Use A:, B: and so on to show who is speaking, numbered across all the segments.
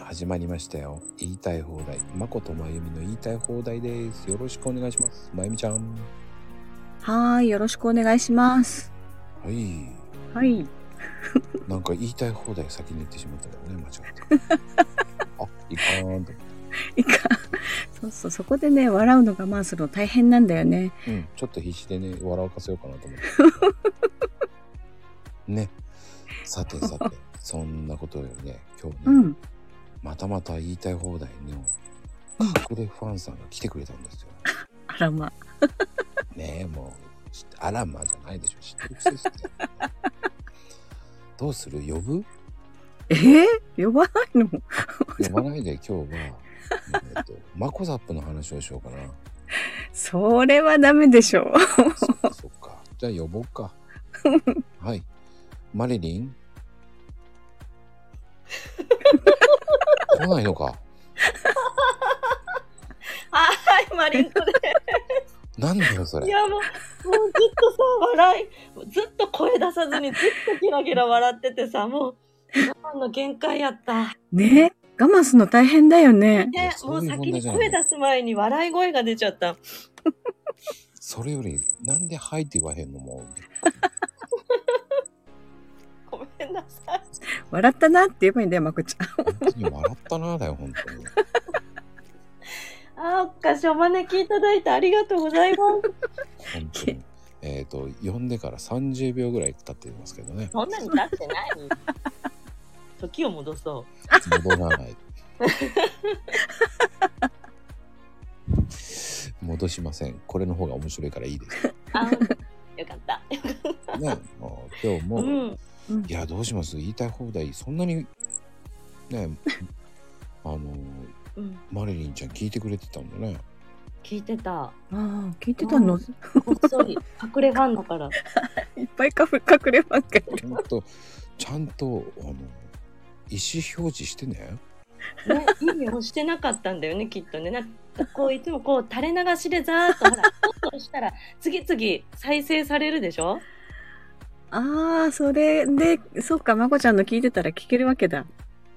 A: 始まりましたよ。言いたい放題。まことまゆみの言いたい放題です。よろしくお願いします。まゆみちゃん。
B: はーい、よろしくお願いします。
A: はい。
B: はい。
A: なんか言いたい放題先に言ってしまったけどね、間違って。あ、いかーんと。
B: いか。そうそう、そこでね、笑うの我慢するの大変なんだよね。
A: うん、ちょっと必死でね、笑かせようかなと思って。ね。さてさて、そんなことよりね、今日ね、
B: うん。
A: またまた言いたい放題の
B: うん
A: 隠れファンさんが来てくれたんですよ。
B: あらま。
A: ねえもう知ってあらまじゃないでしょ知ってる人ですねどうする呼ぶ
B: えー、呼ばないの
A: 呼ばないで今日はえっとマコザップの話をしようかな
B: それはダメでしょう。
A: そっかそっかじゃあ呼ぼうかはいマリリン来ないのか
C: はい、マリンコで
A: なんだよそ
C: す。い
A: れ
C: や、もう、もうずっとさ、笑い、ずっと声出さずに、ずっとゲラゲラ笑っててさ、もう。我慢の限界やった。
B: ね我慢するの大変だよね。
A: いや
C: ね、も
A: そう
C: う
A: いう問
C: 先
A: 題
C: に
A: じゃない
C: 声出す前に笑い声が出ちゃった。
A: それよりなんで「はい」って言わへんのもう
C: ごめんなさい。
B: 笑ったなって言えばいいんだよ、まこちゃん。
A: 本当に笑ったなだよ本当に
C: あ、おっかし、お招きいただいてありがとうございます。
A: 本当にえっと呼んでから30秒ぐらい経っていますけどね
C: そんなに経ってない。時を戻そう。
A: 戻らない戻しませんこれの方が面白いからいいです
C: あ、よかった。
A: ねもう今日も、
C: う
A: い
C: ん。
B: うん
A: やどうします言いたい放題そんなにねあの
C: うん。
A: マリリンちゃん聞いてくれてたんだね
C: 聞いてた。
B: ああ、聞いてたの
C: うこっそり、隠れファンだから。
B: いっぱいカフ隠ればっかり。
A: ちゃんとちゃんとあの意思表示してね
C: ね、いいをしてなかったんだよね、きっとね。なんかこういつもこう垂れ流しでざーっとほら、ポッとしたら次々再生されるでしょ。
B: ああ、それで、そっか、まこちゃんの聞いてたら聞けるわけだ。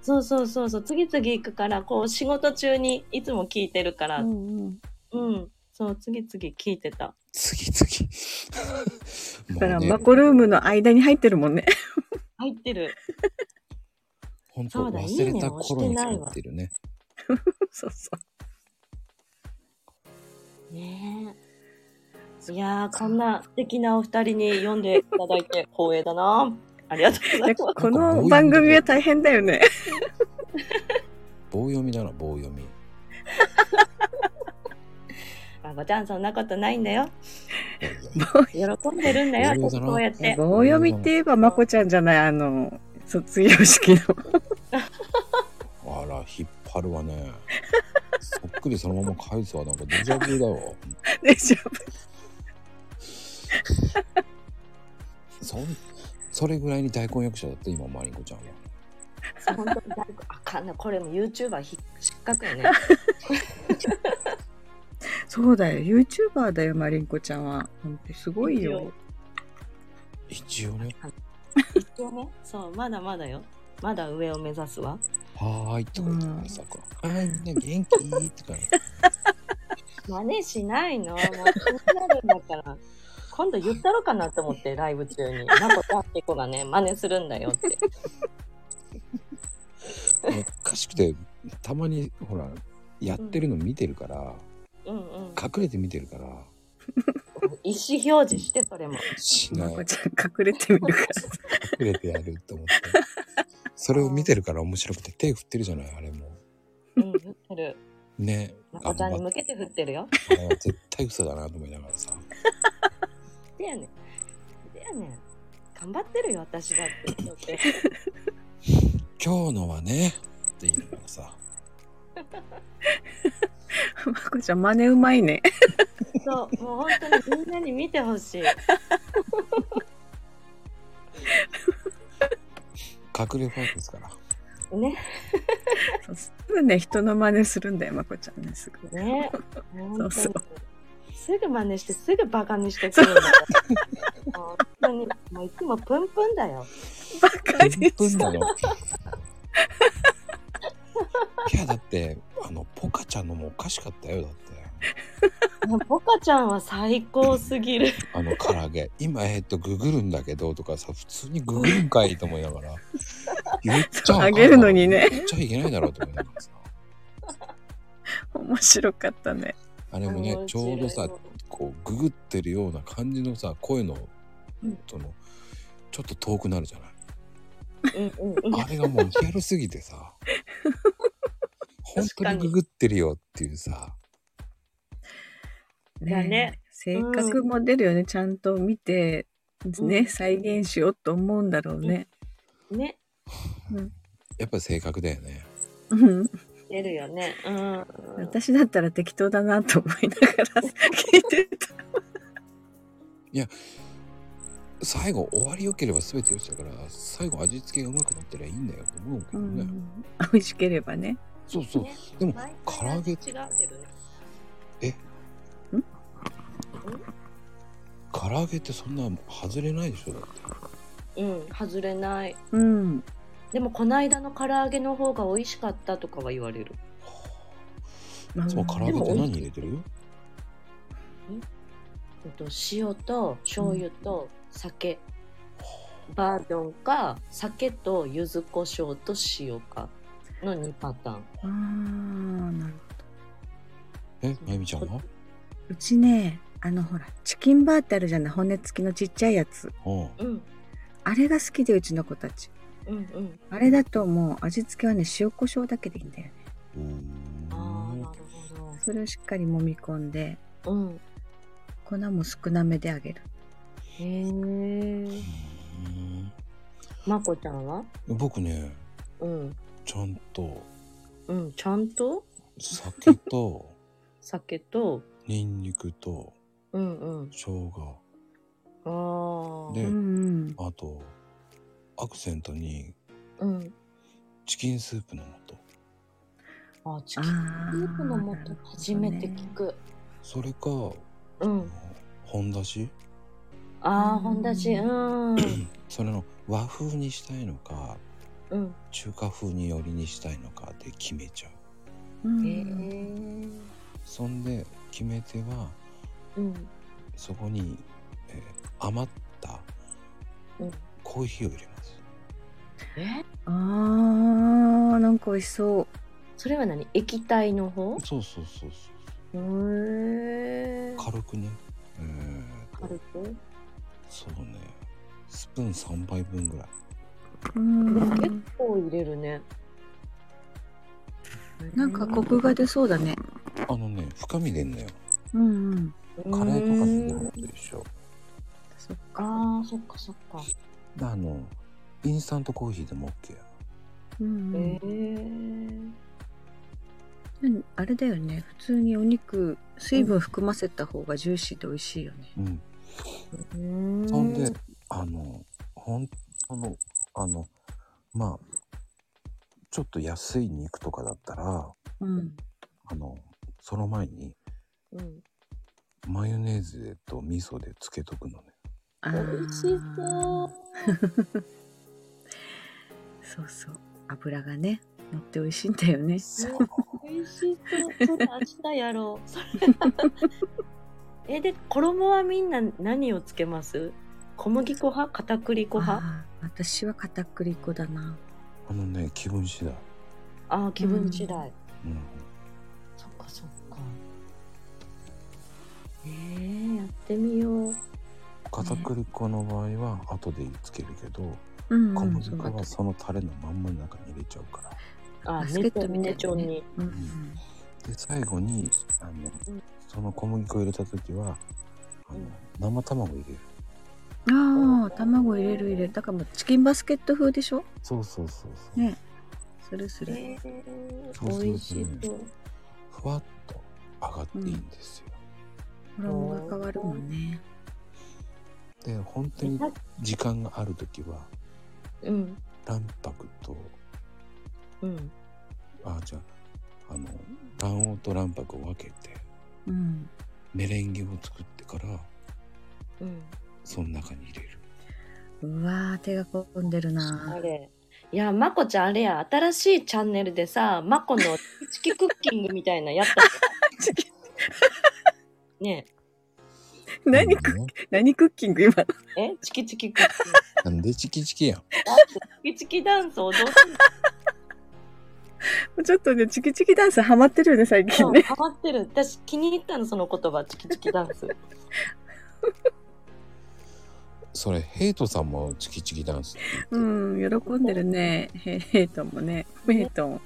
C: そうそうそうそう、次々行くから、こう仕事中にいつも聞いてるから、うん、
B: ん
C: そう次々聞いてた。
A: 次々
B: だか
A: もう
B: ら、
A: ね
B: マコルームの間に入ってるもんね。
C: 入ってる。
A: 本
C: そ
A: 当
C: うだ
A: 忘れた頃に作ってるね。
B: そうそ
C: ねえ。いやー、こんな素敵なお二人に読んでいただい て光栄だな。ありがとうご
B: う。
C: ざ
B: で
C: います。
B: この番組は大変だよね。
A: 棒読みだな棒読み。
C: あごちゃんそんなことないんだよ。
A: いやいや
C: 喜んでるんだよ。
A: 光栄だな
C: こうやっ
B: え
C: て。
B: 棒読みって言えばまこちゃんじゃないあの卒業式の
A: あら引っ張るわね。 そっくりそのまま返すわなんかデジャブだよ。
B: 大丈夫
A: そんそれぐらいに大根役者だって今マリンコちゃんは。
C: 本当に誰かあかんなこれも YouTuber ひ失格 よね
B: そうだよ YouTuber だよマリンコちゃんは本当にすごいよ
A: 一応ね
C: 一応ねそうまだまだよまだ上を目指すわ
A: はーいとか言ってねさこうはーいみんな元気ってか
C: 真似しないのもう気になるんだから今度言ったろかなと思ってライブ中に「なんかだって子がね真似するんだよ」って
A: おかしくてたまにほらやってるの見てるから
C: うんうん
A: 隠れて見てるから
C: 意思表示してそれも
A: しな
B: ま
A: い
B: こちゃん隠れてみるから
A: 隠れてやると思ってそれを見てるから面白くて手振ってるじゃないあれも。
C: うん振ってる
A: ね
C: まこちゃんに
A: あ
C: 向けて振ってるよ
A: あれは絶対嘘だなと思いながらさ
C: でやねんでやねん頑張ってるよ私だってだって
A: 「今日のはね」って言いながらさ
B: まこちゃん真似うまいね
C: そうもう本当にみんなに見てほ しい
A: 隠れファンですから
C: ね
B: そうすぐね人の真似するんだよまこちゃんねすぐ
C: ね、
B: そうそう
C: 本当にすぐ真似してすぐバカにしてくるんだから。本当にもういつもプンプンだよ。
B: バカ
A: 1
B: に
A: 分
B: し
A: な
B: た
A: のってあのポカちゃんのもおかしかったよだって
C: もうポカちゃんは最高すぎる。
A: あの唐揚げ今えっとググるんだけどとかさ普通にググるんかいと思いながら言っちゃあかんな
B: あげるのにね
A: 言っちゃいけないだろうと思いながらさ
B: 面白かったね。
A: あれもねちょうどさこうググってるような感じのさ声の
C: うん
A: そのちょっと遠くなるじゃない
C: うんうんうん
A: あれがもうリアルすぎてさ本当にググってるよっていうさ
C: だね
B: 性格も出るよね、ちゃんと見て、
C: う
B: ね、
C: ん
B: 再現しようと思うんだろうね。
C: ね、
A: やっぱ性格だよね
B: うん、
C: 出るよね。うん。
B: 私だったら適当だなと思いなが ら聞いてた。
A: 最後終わりよければ全てよしだから最後味付けがうまくなったらいいんだよと思うけ
B: う
A: どね、
B: ん、美味しければね。
A: そうそう、
C: ね
A: でも
C: 毎
A: 唐
C: 回
A: 揚げ
C: 違うけどね。
A: 唐揚げってそんな外れないでしょだって
C: うん、外れない。
B: うん、
C: でもこの間の唐揚げの方が美味しかったとかは言われる。
B: まあ
A: いつも唐揚げって
B: でも
A: 何入れてる
C: えっと塩と醤油と酒、バージョンか酒と柚子胡椒と塩かの2パターン
B: あーなるほど
A: えまゆみちゃんは
B: うちねあのほらチキンバーってあるじゃない骨付きのちっちゃいやつ
A: うん
C: うん
B: あれが好きでうちの子たち
C: うんうん
B: あれだともう味付けはね塩コショウだけでいいんだよね
A: うーん
C: ああなるほ
B: それをしっかり揉み込んで
C: どうん
B: 粉も少なめであげる
C: へえまこちゃんは
A: うーん僕ね
C: うん
A: ちゃんと
C: うんちゃんと
A: 酒と
C: 酒と
A: ニンニクと
C: うんうん
A: 生姜
C: ああ
A: で
B: うんうん
A: あとアクセントに
C: うん
A: チキンスープの素
C: あチ
B: あ
C: キンスープの
B: ー
C: 素初めて聞く、
A: それか
C: うん
A: 本だし
C: ああほんだしうん
A: それの和風にしたいのか
C: うん
A: 中華風に寄りにしたいのかで決めちゃう
B: うん
C: へえ
A: そんで決め手は
C: うん
A: そこに、えー余った
C: うん
A: コーヒーを入れます
C: え
B: あーなんか美味しそう
C: それは何液体の方
A: そうそうそうそう
C: へー
A: 軽くねえーと
C: 軽く
A: そうねスプーン3杯分ぐらい
B: うん
C: 結構入れるね
B: なんかコクが出そうだね
A: あのね深み出んのよ
B: うんうん
A: カレーとかに入れる
C: う
A: の
C: ん
A: と一緒
B: そっか
C: あーそっかそっか
A: であのインスタントコーヒーでも OK
B: うん
C: へ
B: うん
C: えー、
B: うんあれだよね普通にお肉水分含ませた方がジューシーで美味しいよね
A: うん
C: うーん
A: そんで、あの、ほん、あの、あの、まあ、ちょっと安い肉とかだったら、
B: うん
A: あの、その前に
C: うん、
A: マヨネーズと味噌でつけとくのね。
B: あー
C: 美味しそう
B: そうそう油がね乗って美味しいんだよね
A: そう。
C: 美味しそうそれ明日やろうそれえで衣はみんな何をつけます小麦粉派片栗粉派
B: あー私は片栗粉だな
A: あのね、気分次第。
C: ああ気分次第、
A: うん。
C: そっかそっか。ねえやってみよう。
A: 片栗粉の場合は後でつけるけど、
B: うん
A: 小麦
B: そう
A: 粉はそのタレのまんまの中に入れちゃうから。
C: あ
B: バスケットみたいなね
C: ねちょんね
B: うん
A: で、最後に、あの
C: うん、
A: その小麦粉を入れた時は、あの
C: うん、
A: 生卵入れる。
B: ああ卵入れる入れるだからもうチキンバスケット風でしょ
A: そうそうそうそう。
B: ねするす
C: ちょん
B: る、
C: に。
A: そうそうそう
C: 美味しそう。
A: ふわっと上がっていいんですよ。
B: 衣が変わるもんね
A: で本当に時間がある時は
C: うん
A: 卵白と
C: うん
A: あじゃああの卵黄と卵白を分けて
B: うん
A: メレンゲを作ってから
C: うん。
A: その中に入れる
B: うわー手が込んでるな
C: あれ。いや、まこちゃんあれや、新しいチャンネルでさ、まこのチキクッキングみたいなやったじ
B: チキ
C: ゃん。ね
B: 何
A: なん
B: ク
A: でね
B: 何クッキング今 の
C: え、えチキチキクッキン
A: な
C: グ。
A: んでチキチキやん。
C: だってチキチキダンス踊って
B: ちょっとねチキチキダンスハマってるよね最
C: る
B: 近
C: の
B: ね
C: ハマってる。私気に入ったの、その言葉、チキチキダンス。
A: それ、ヘイトさんもチキチキダンス。
B: うん喜んでるねヘヘイトンもねメイトン
C: 好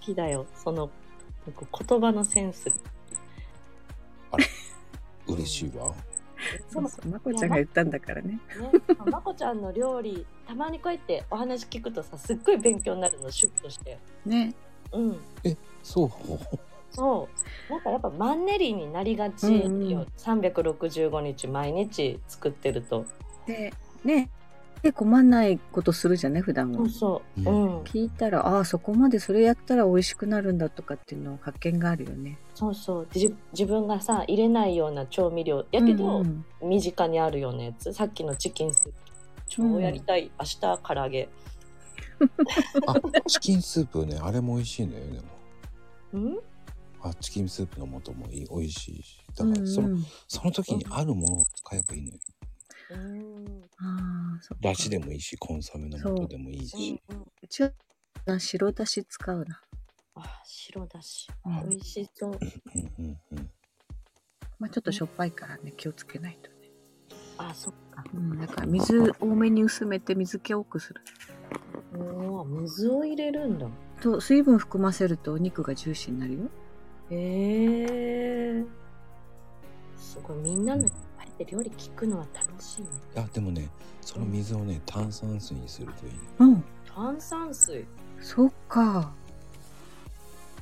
C: きだよ、そのなんか言葉のセンス。
A: 嬉しいわ。
B: そ
C: そうう
B: そうまこちゃんが言ったんだからね
C: ね、まこちゃんの料理、たまにこうやってお話聞くとさ、すっごい勉強になるの、シュッとして。
B: ね
C: うん。
A: そう。
C: そう。なんかやっぱマンネリになりがちよ、
B: うんうん
C: 365日毎日作ってると。
B: でねで困んないことするじゃんね普段
C: そ
B: は
C: うそう。
A: う
C: うんん。
B: 聞いたらああそこまでそれやったら美味しくなるんだとかっていうのを発見があるよね
C: そうそう。じ自分がさ、入れないような調味料。やけど、
B: うんうん
C: 身近にあるようなやつ。さっきのチキンスープ。超やりたい。明日唐揚げ。
A: あ、チキンスープね、あれも美味しいんだよ、でも。
C: うん
A: あ、チキンスープの素もいい、美味しいし。だ
B: う
A: か
B: ん
A: ら、その、
B: うん
A: その時にあるものを使えばいいのよ。
C: うん。
B: ああそっか
A: だしでもいいし、コンソメの素でもいいし。
C: うん
B: うちはな白だし使うな、
C: あ白だし
B: うん
C: 美味しそう
A: うんうんうん。
B: まあ、ちょっとしょっぱいからね気をつけないとね、
C: あそっか
B: うん、だから水多めに薄めて水気多くする
C: おお水を入れるんだ
B: と水分含ませるとお肉がジューシーになるよ
C: へえすごいみんなのいっぱいで料理聞くのは楽しいね
A: あ、でもね、その水をね、炭酸水にするといいの。
B: うん
C: 炭酸水
B: そっか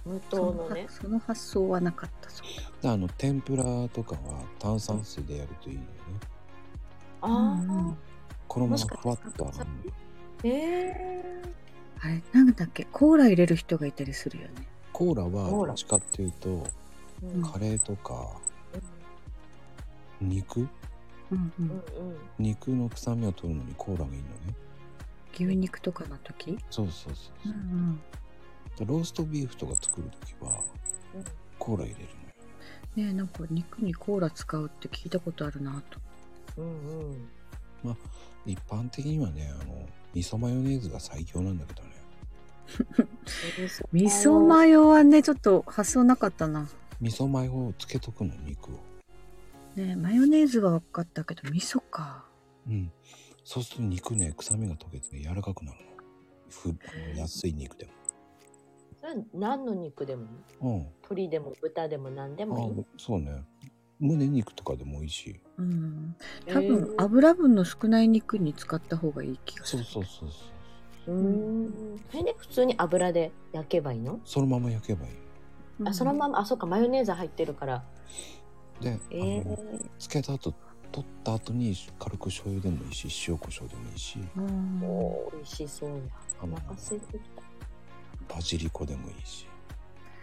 C: 無糖のね
B: そのその発想はなかったそう
A: であの天ぷらとかは炭酸水でやるといいのよね。
C: あ
B: だ、
C: あ
B: うんうん
A: 衣
C: も
A: が
C: しか
A: ふわっ
C: して
A: とあるの。
C: へえ
B: あれなんだっけコーラ入れる人がいたりするよね
A: コーラ
C: コー
A: は
C: ラ
A: どっちかっていうと
C: うん
A: カレーとか肉
B: うんう
C: うんんうん
A: 肉の臭みを取るのにコーラがいいのね。
B: 牛肉とかの時
A: そうそうそううん
B: うん
A: でローストビーフとか作るときは
C: うん
A: コーラ入れる
B: ねえなんか肉にコーラ使うって聞いたことあるなと
C: うんうん
A: のよ。一般的にはねあの味噌マヨネーズが最強なんだけどね。
B: 味噌マヨはねちょっと発想なかったな
A: 味噌マヨをつけとくの肉を。
B: ねえマヨネーズは分かったけど味噌か
A: うん。そうすると肉ね臭みが溶けて、ね、柔らかくなるの。ふあの安い肉で
C: それは何の肉でも
A: も。うん。
C: 鶏でも豚でも何でもいい
A: あそうね胸肉とかでもいいし
B: うん多分
C: あ
B: 油分の少ない肉に使った方がいい気がす
A: そう
B: る
A: そうそうそう
C: うんそれで普通に油で焼けばいいの
A: そのまま焼けばいい
B: うん
C: あそのままあそうかマヨネーズ入ってるから
A: で、
C: え
A: あのつけた後取った後に軽く醤油でもいいし塩コショウでもいいし
B: うん
C: お美味しそうや
A: あ
C: お
A: の
C: 腹空いてき
A: バジリコでもいいし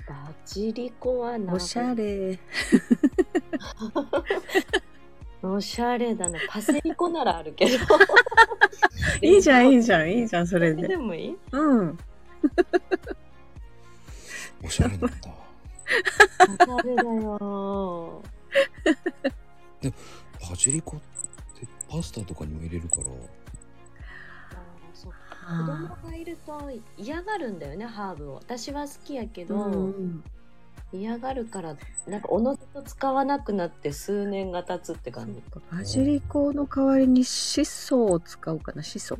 A: た
C: バジリコはな
B: おしゃれ
C: おしゃれだなパセリコならあるけど
B: いいじゃんいいじ
C: ゃん
B: ゃんいいじゃんそれで
C: でもいい
B: うん
A: おしゃれなんだ
C: おしゃれだよ
A: バジリコってパスタとかにも入れるから
C: あーそう子供がいると嫌がるんだよねハーブを私は好きやけど、
B: うん
C: 嫌がるからなんかおのずと使わなくなって数年が経つって感じ
B: バジリコの代わりにシソを使うかなシソ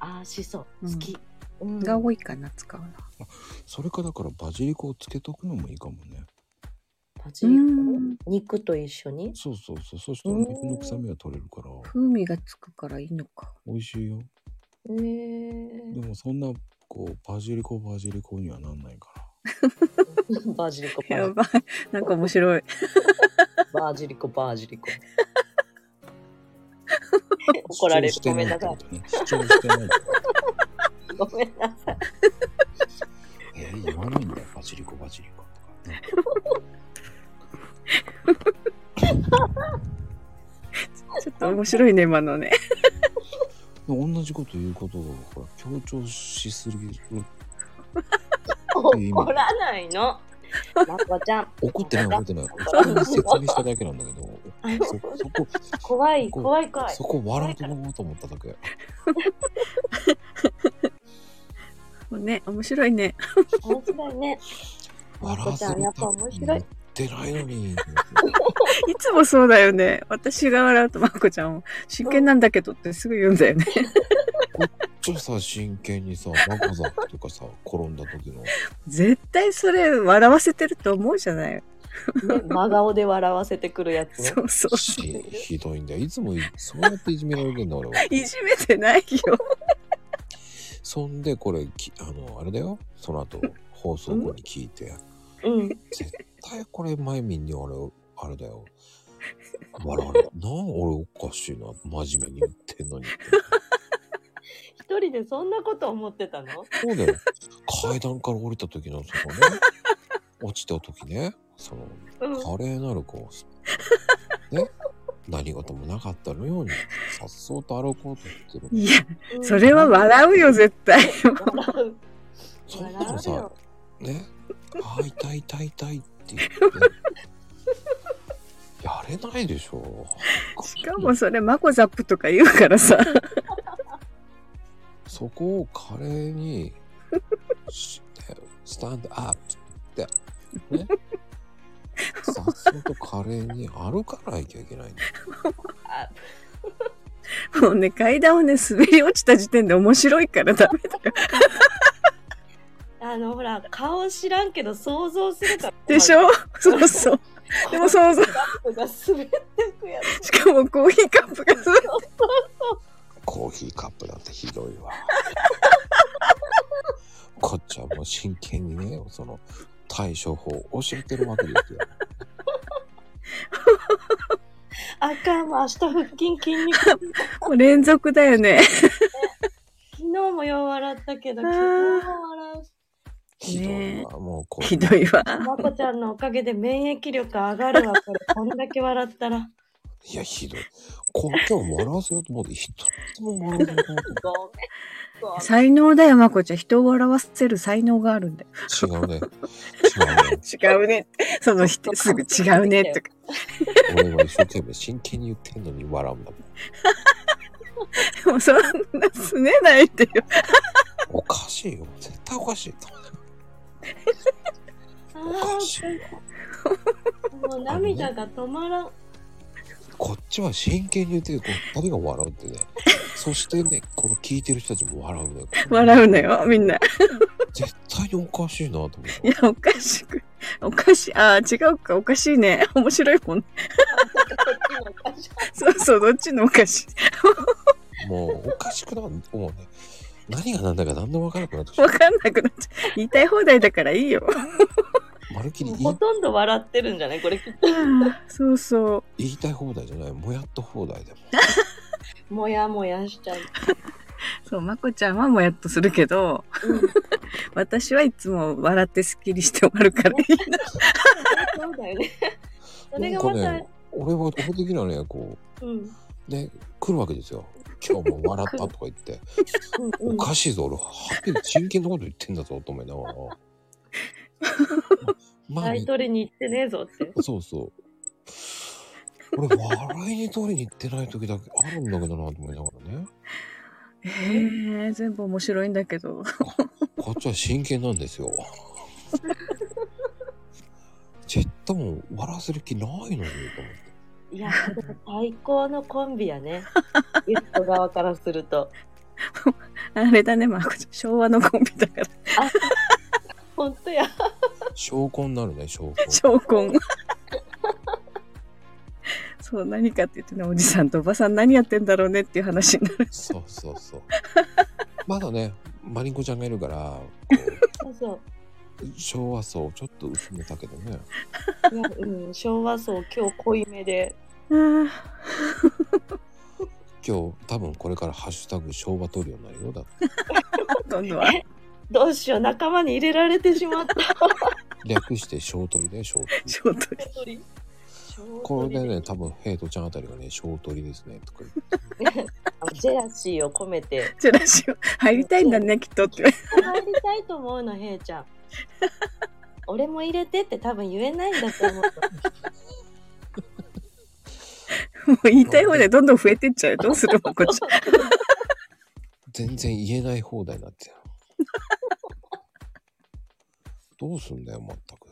C: ああしそ
B: うん
C: 好き、うん
B: が多いかな使うな
A: それかだからバジリコをつけとくのもいいかもね
C: バジリコ
B: うん
C: 肉と一緒に
A: そうそうそうそうすると肉の臭みが取れるから
B: 風味がつくからいいのか
A: 美味しいよ
C: え ー
A: でもそんなこうバジリコバジリコにはなんないから
C: バジリコバ
B: やばい なんか面白い
C: バジリコバジリ コ怒られる
A: 主張して
C: ごめんなさい
A: いってことね。主張してないってこ
C: ごめんなさい
A: と。えー、言わないんだよ。バチリコバチリコとか。なんか
B: ちょっと面白いね今のね
A: も同じこと言うことをほら強調しすぎる
C: 怒らないの。まこちゃん。
A: 怒ってない怒ってない普通に説明しただけなんだけどそそこ
C: 怖い、
A: こ
C: 怖い、怖い
A: そ。こ笑うと思うと思っただけ
B: もう ね、面白いね。
C: 面白いね。ま
A: 笑
C: こ
A: わ
C: ち
A: せ
C: ゃん、やっぱ面白
A: 言っ
C: い。
A: てないのに
B: いつもそうだよね。私が笑うとまこちゃんを真剣なんだけどってすぐ言うんだよね。
A: ちょっとさ真剣にさマコザとかさ転んだ時の
B: 絶対それ笑わせてると思うじゃない。
C: ね真顔で笑わせてくるやつね。
B: そうそう。
A: しひどいんだよいつもいそうやっていじめられてんだ俺はい
B: じめて ないよ。
A: そんでこれきあのあれだよその後放送後に聞いて、
C: うん。
A: 絶対これ前みんにあれあれだよ笑われるなあ俺おかしいな真面目に言ってんのにって
C: 一人でそんなこと思ってたの
A: そうだよ階段から降りた時のそのね落ちた時ねその
C: うん。
A: 華麗なる こうね何事もなかったのようにさっそうと歩こうと言ってる
B: いや、
C: うん
B: それは笑うよ、絶対。
C: 笑う。
A: そんなの
C: 笑う
A: さ
C: よ
A: ねあー痛い痛い痛いって言ってやれないでしょ
B: しかもそれ、マコザップとか言うからさ。
A: そこを華麗にしスタンドアップって ねさっそうと華麗に歩かないきゃいけないんだよ
C: あ
B: もうね、階段をね、滑り落ちた時点で面白いからダメだよ。
C: あの、ほら、顔知らんけど想像するから。
B: でしょそうそう。でも想像。
C: こが滑ってくやつ。
B: しかもコーヒーカップが滑る。
A: コーヒーカップなんてひど いわこっちはもう真剣にねその対処法を教えてるわけですよ
C: あかんわ、明日腹筋筋 肉。昨
B: もう連続だよね。
C: 日もよう笑ったけど、
B: あ
C: 昨
B: ー
C: 日も笑うし。
A: ひどいわ、もうこう
B: ひどいわ。
C: まこちゃんのおかげで免疫力上がるわ、 これ。こんだけ笑ったら。
A: いやひどいこ今日笑わせようと思って一つも笑わせようと思って
C: ごめん。ごめん
B: 才能だよ、まこちゃん。人を笑わせる才能があるんだよ。
A: 違うね。違うね。
B: 違うね。その人、すぐ違うね。とか。
A: 俺は一生懸命真剣に言ってんのに笑うんだもん。
B: でもそんな、すねないでよ。
A: おかしいよ。絶対おかしい。
C: あ
A: おかしいよ。
C: ーもう涙が止まらん。
A: こっちは真剣に言ってる。こう二人が笑うってね。そしてね、この聞いてる人たちも笑うね。
B: 笑うの。よ、みんな。い
A: 絶対におかしいなと思う。
B: や、おかしく。おかしい。ああ、違うか。おかしいね。面白いもんね。 そうそう、どっちのおかしい。
A: もうおかしくなる。もう ね。何が何だか何でも分からなくなってき
B: わ
A: た。
B: かんなくなっちゃう。言いたい放題だからいいよ。
A: まるっきり言
C: ほ
A: い
C: とんど笑ってるんじゃないこれきっ
B: そうそう。
A: 言いたい放題じゃない。もやっと放題でも。
C: と。もやもやしち ゃう。
B: そう、まこちゃんはもやっとするけど、私はいつも笑ってスッキリして終わるからいいな。
C: そうだよね。それ
A: な
C: が
A: んか
C: また、
A: ね、俺は、俺的にはね、こ
C: うん。
A: う、ね、来るわけですよ。今日も笑ったとか言って。
C: うんう
A: お
C: ん。
A: かしいぞ、俺、はっきり真剣なこと言ってんだぞ、と思いなが ら。まあ
C: 買い、取りに行ってねえぞって。
A: そうそう。俺、笑いに取りに行ってない時だけあるんだけどな、と思いながらね。
B: へえ、全部面白いんだけど。
A: こっちは真剣なんですよ。 ちっとも笑わせる気ないのに、と思って。
C: いや、でも最高のコンビや ね。ゲスト側からすると。
B: あれだね、まこちゃん。昭和のコンビだから。
C: 本当や。
A: 証拠になるね、証拠。
B: 小婚。そう、何かって言ってね、おじさんとおばさん何やってんだろうねっていう話になる。
A: そうそうそう。まだね、マリンコちゃんがいるから、
C: そうそ
A: こう 昭和層をちょっと薄めたけどね。
C: う。いや、うん。昭和層今日濃いめで。
B: あ
A: 今日多分これからハッシュタグ昭和取るようになるよだって
B: ー今度は。
C: どうしよう。仲間に入れられてしまった。
A: 略して小取りで小取り
B: ショート
C: 小鳥
A: これでね、
C: た
A: 多分ヘイトちゃんあたりがね、小鳥ですね、とか言って。
C: ジェラシーを込めて、
B: チラシを入りたいんだね、きっとって言われて。
C: 入りたいと思うの、ヘイちゃん。俺も入れてって多分言えないんだと思う。
B: もう言いたい方でどんどん増えてっちゃう。どうするまこちゃん。
A: 全然言えない放題になって る。どうすんだよ、まったく。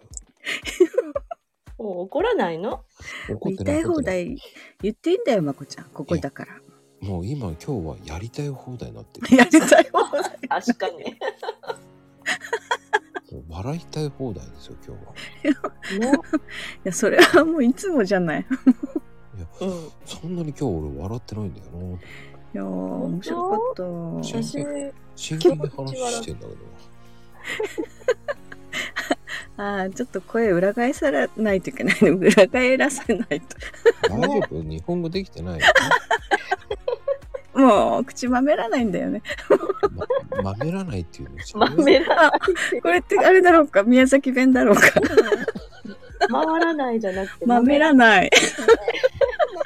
C: もう怒らないの
A: 怒
B: 言
A: っ
B: い
A: て
B: た
A: ないいこ
B: 放
A: とない。
B: 題言っていいんだよ、まこちゃん。ここだから。
A: もう今、今日はやりたい放題になってる。
B: やりたい放題。
C: 確かに。
A: もう笑いたい放題ですよ、今日は。
B: い
C: ね。
B: や、それはもういつもじゃない。
C: うん。
A: そんなに今日俺笑ってないんだよな。
B: いやー、面白かった。
A: 当
C: 私、
A: 真剣に話してんだけど。
B: ああ、ちょっと声裏返さないといけないね。 裏返らせないと。
A: 大丈夫日本語できて ない。
B: もう、口まめらないんだよ ね。
A: ま、まめらないっていうの知ら
C: ま
A: ない
C: めらない。
B: これってあれだろうか宮崎弁だろうか
C: 回らないじゃなくて。
B: まめ
C: ない。
B: ら ない。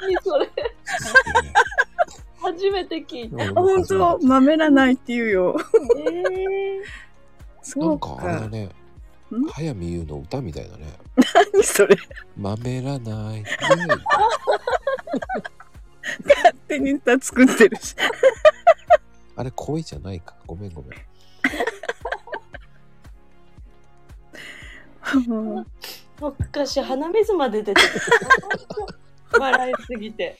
C: 何それ。初めて聞いた。
A: うん
B: あ本当まめらないって言うよ。
C: ええ
A: な
B: そ
A: ん
B: う
A: かあれだ
B: か。
A: ね
B: ん。
A: 早見優の歌みたいだね。
B: 何それ
A: まめら ない。ね
B: 勝手に歌作ってるし。
A: あれ声じゃないか。ごめんごめん。
B: もう
C: 昔鼻水まで出て た。笑いすぎて。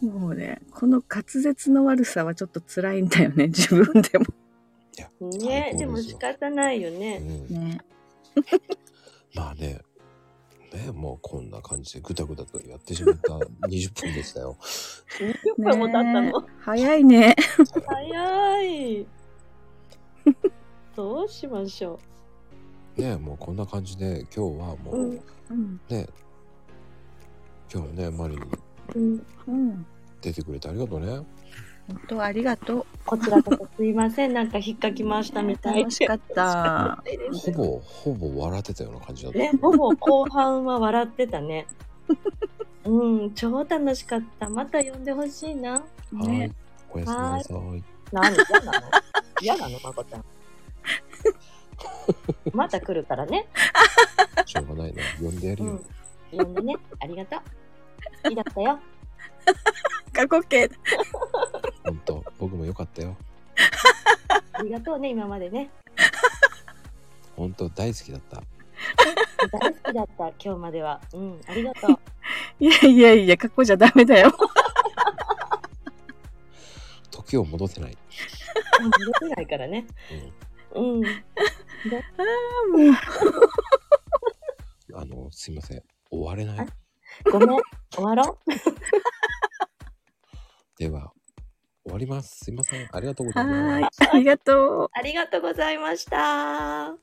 B: もうね、この滑舌の悪さはちょっと辛いんだよね、自分でも。
C: ね
A: 最高ですよ
C: でも仕方ないよ
A: う
C: ね。
A: ん、
B: ね。
A: まあね。ね、もうこんな感じでぐたぐたとやってしまった20分でしたよ。
C: 20
B: ね
C: 分も経ったの。
B: 早いね。
C: 早い。 どうしましょ
A: ね、もうこんな感じで今日はも
C: う。う。
A: うん
B: うん。
A: ね、今日ね、マリに
C: うん、
B: うん。
A: 出てくれてありがとうね。
B: 本当ありがとう。
C: こちらこそすいません。なんか引っかきましたみたいで。
B: 楽しかった。
A: ほぼ、ほぼ笑ってたような感じだった。
C: ね、ほぼ後半は笑ってたね。うん、超楽しかった。また呼んでほしいな。
A: は
B: ね
A: い。。おやすみなさい。
C: なん嫌なの嫌なのまこちゃん。 また来るからね。
A: しょうがないな。呼んでやる
C: う
A: よ。
C: ん。呼んでね。 ありがとう。好きだったよ。
B: 過去形。
A: ほんと、僕もよかったよ。
C: ありがとうね、今までね。
A: ほんと、大好きだった。
C: 大好きだった、今日までは。うん、ありがとう。
B: いやいやいや、過去じゃダメだよ。
A: 時を戻せない。
C: もう戻せないからね。うん。
B: もう
A: うん、あの、すいません。終われない。
C: ごめん。終わろう。
A: では、終わります。すいません。ありがとうございます
B: は。ーい。ありがとう。
C: ありがとうございました。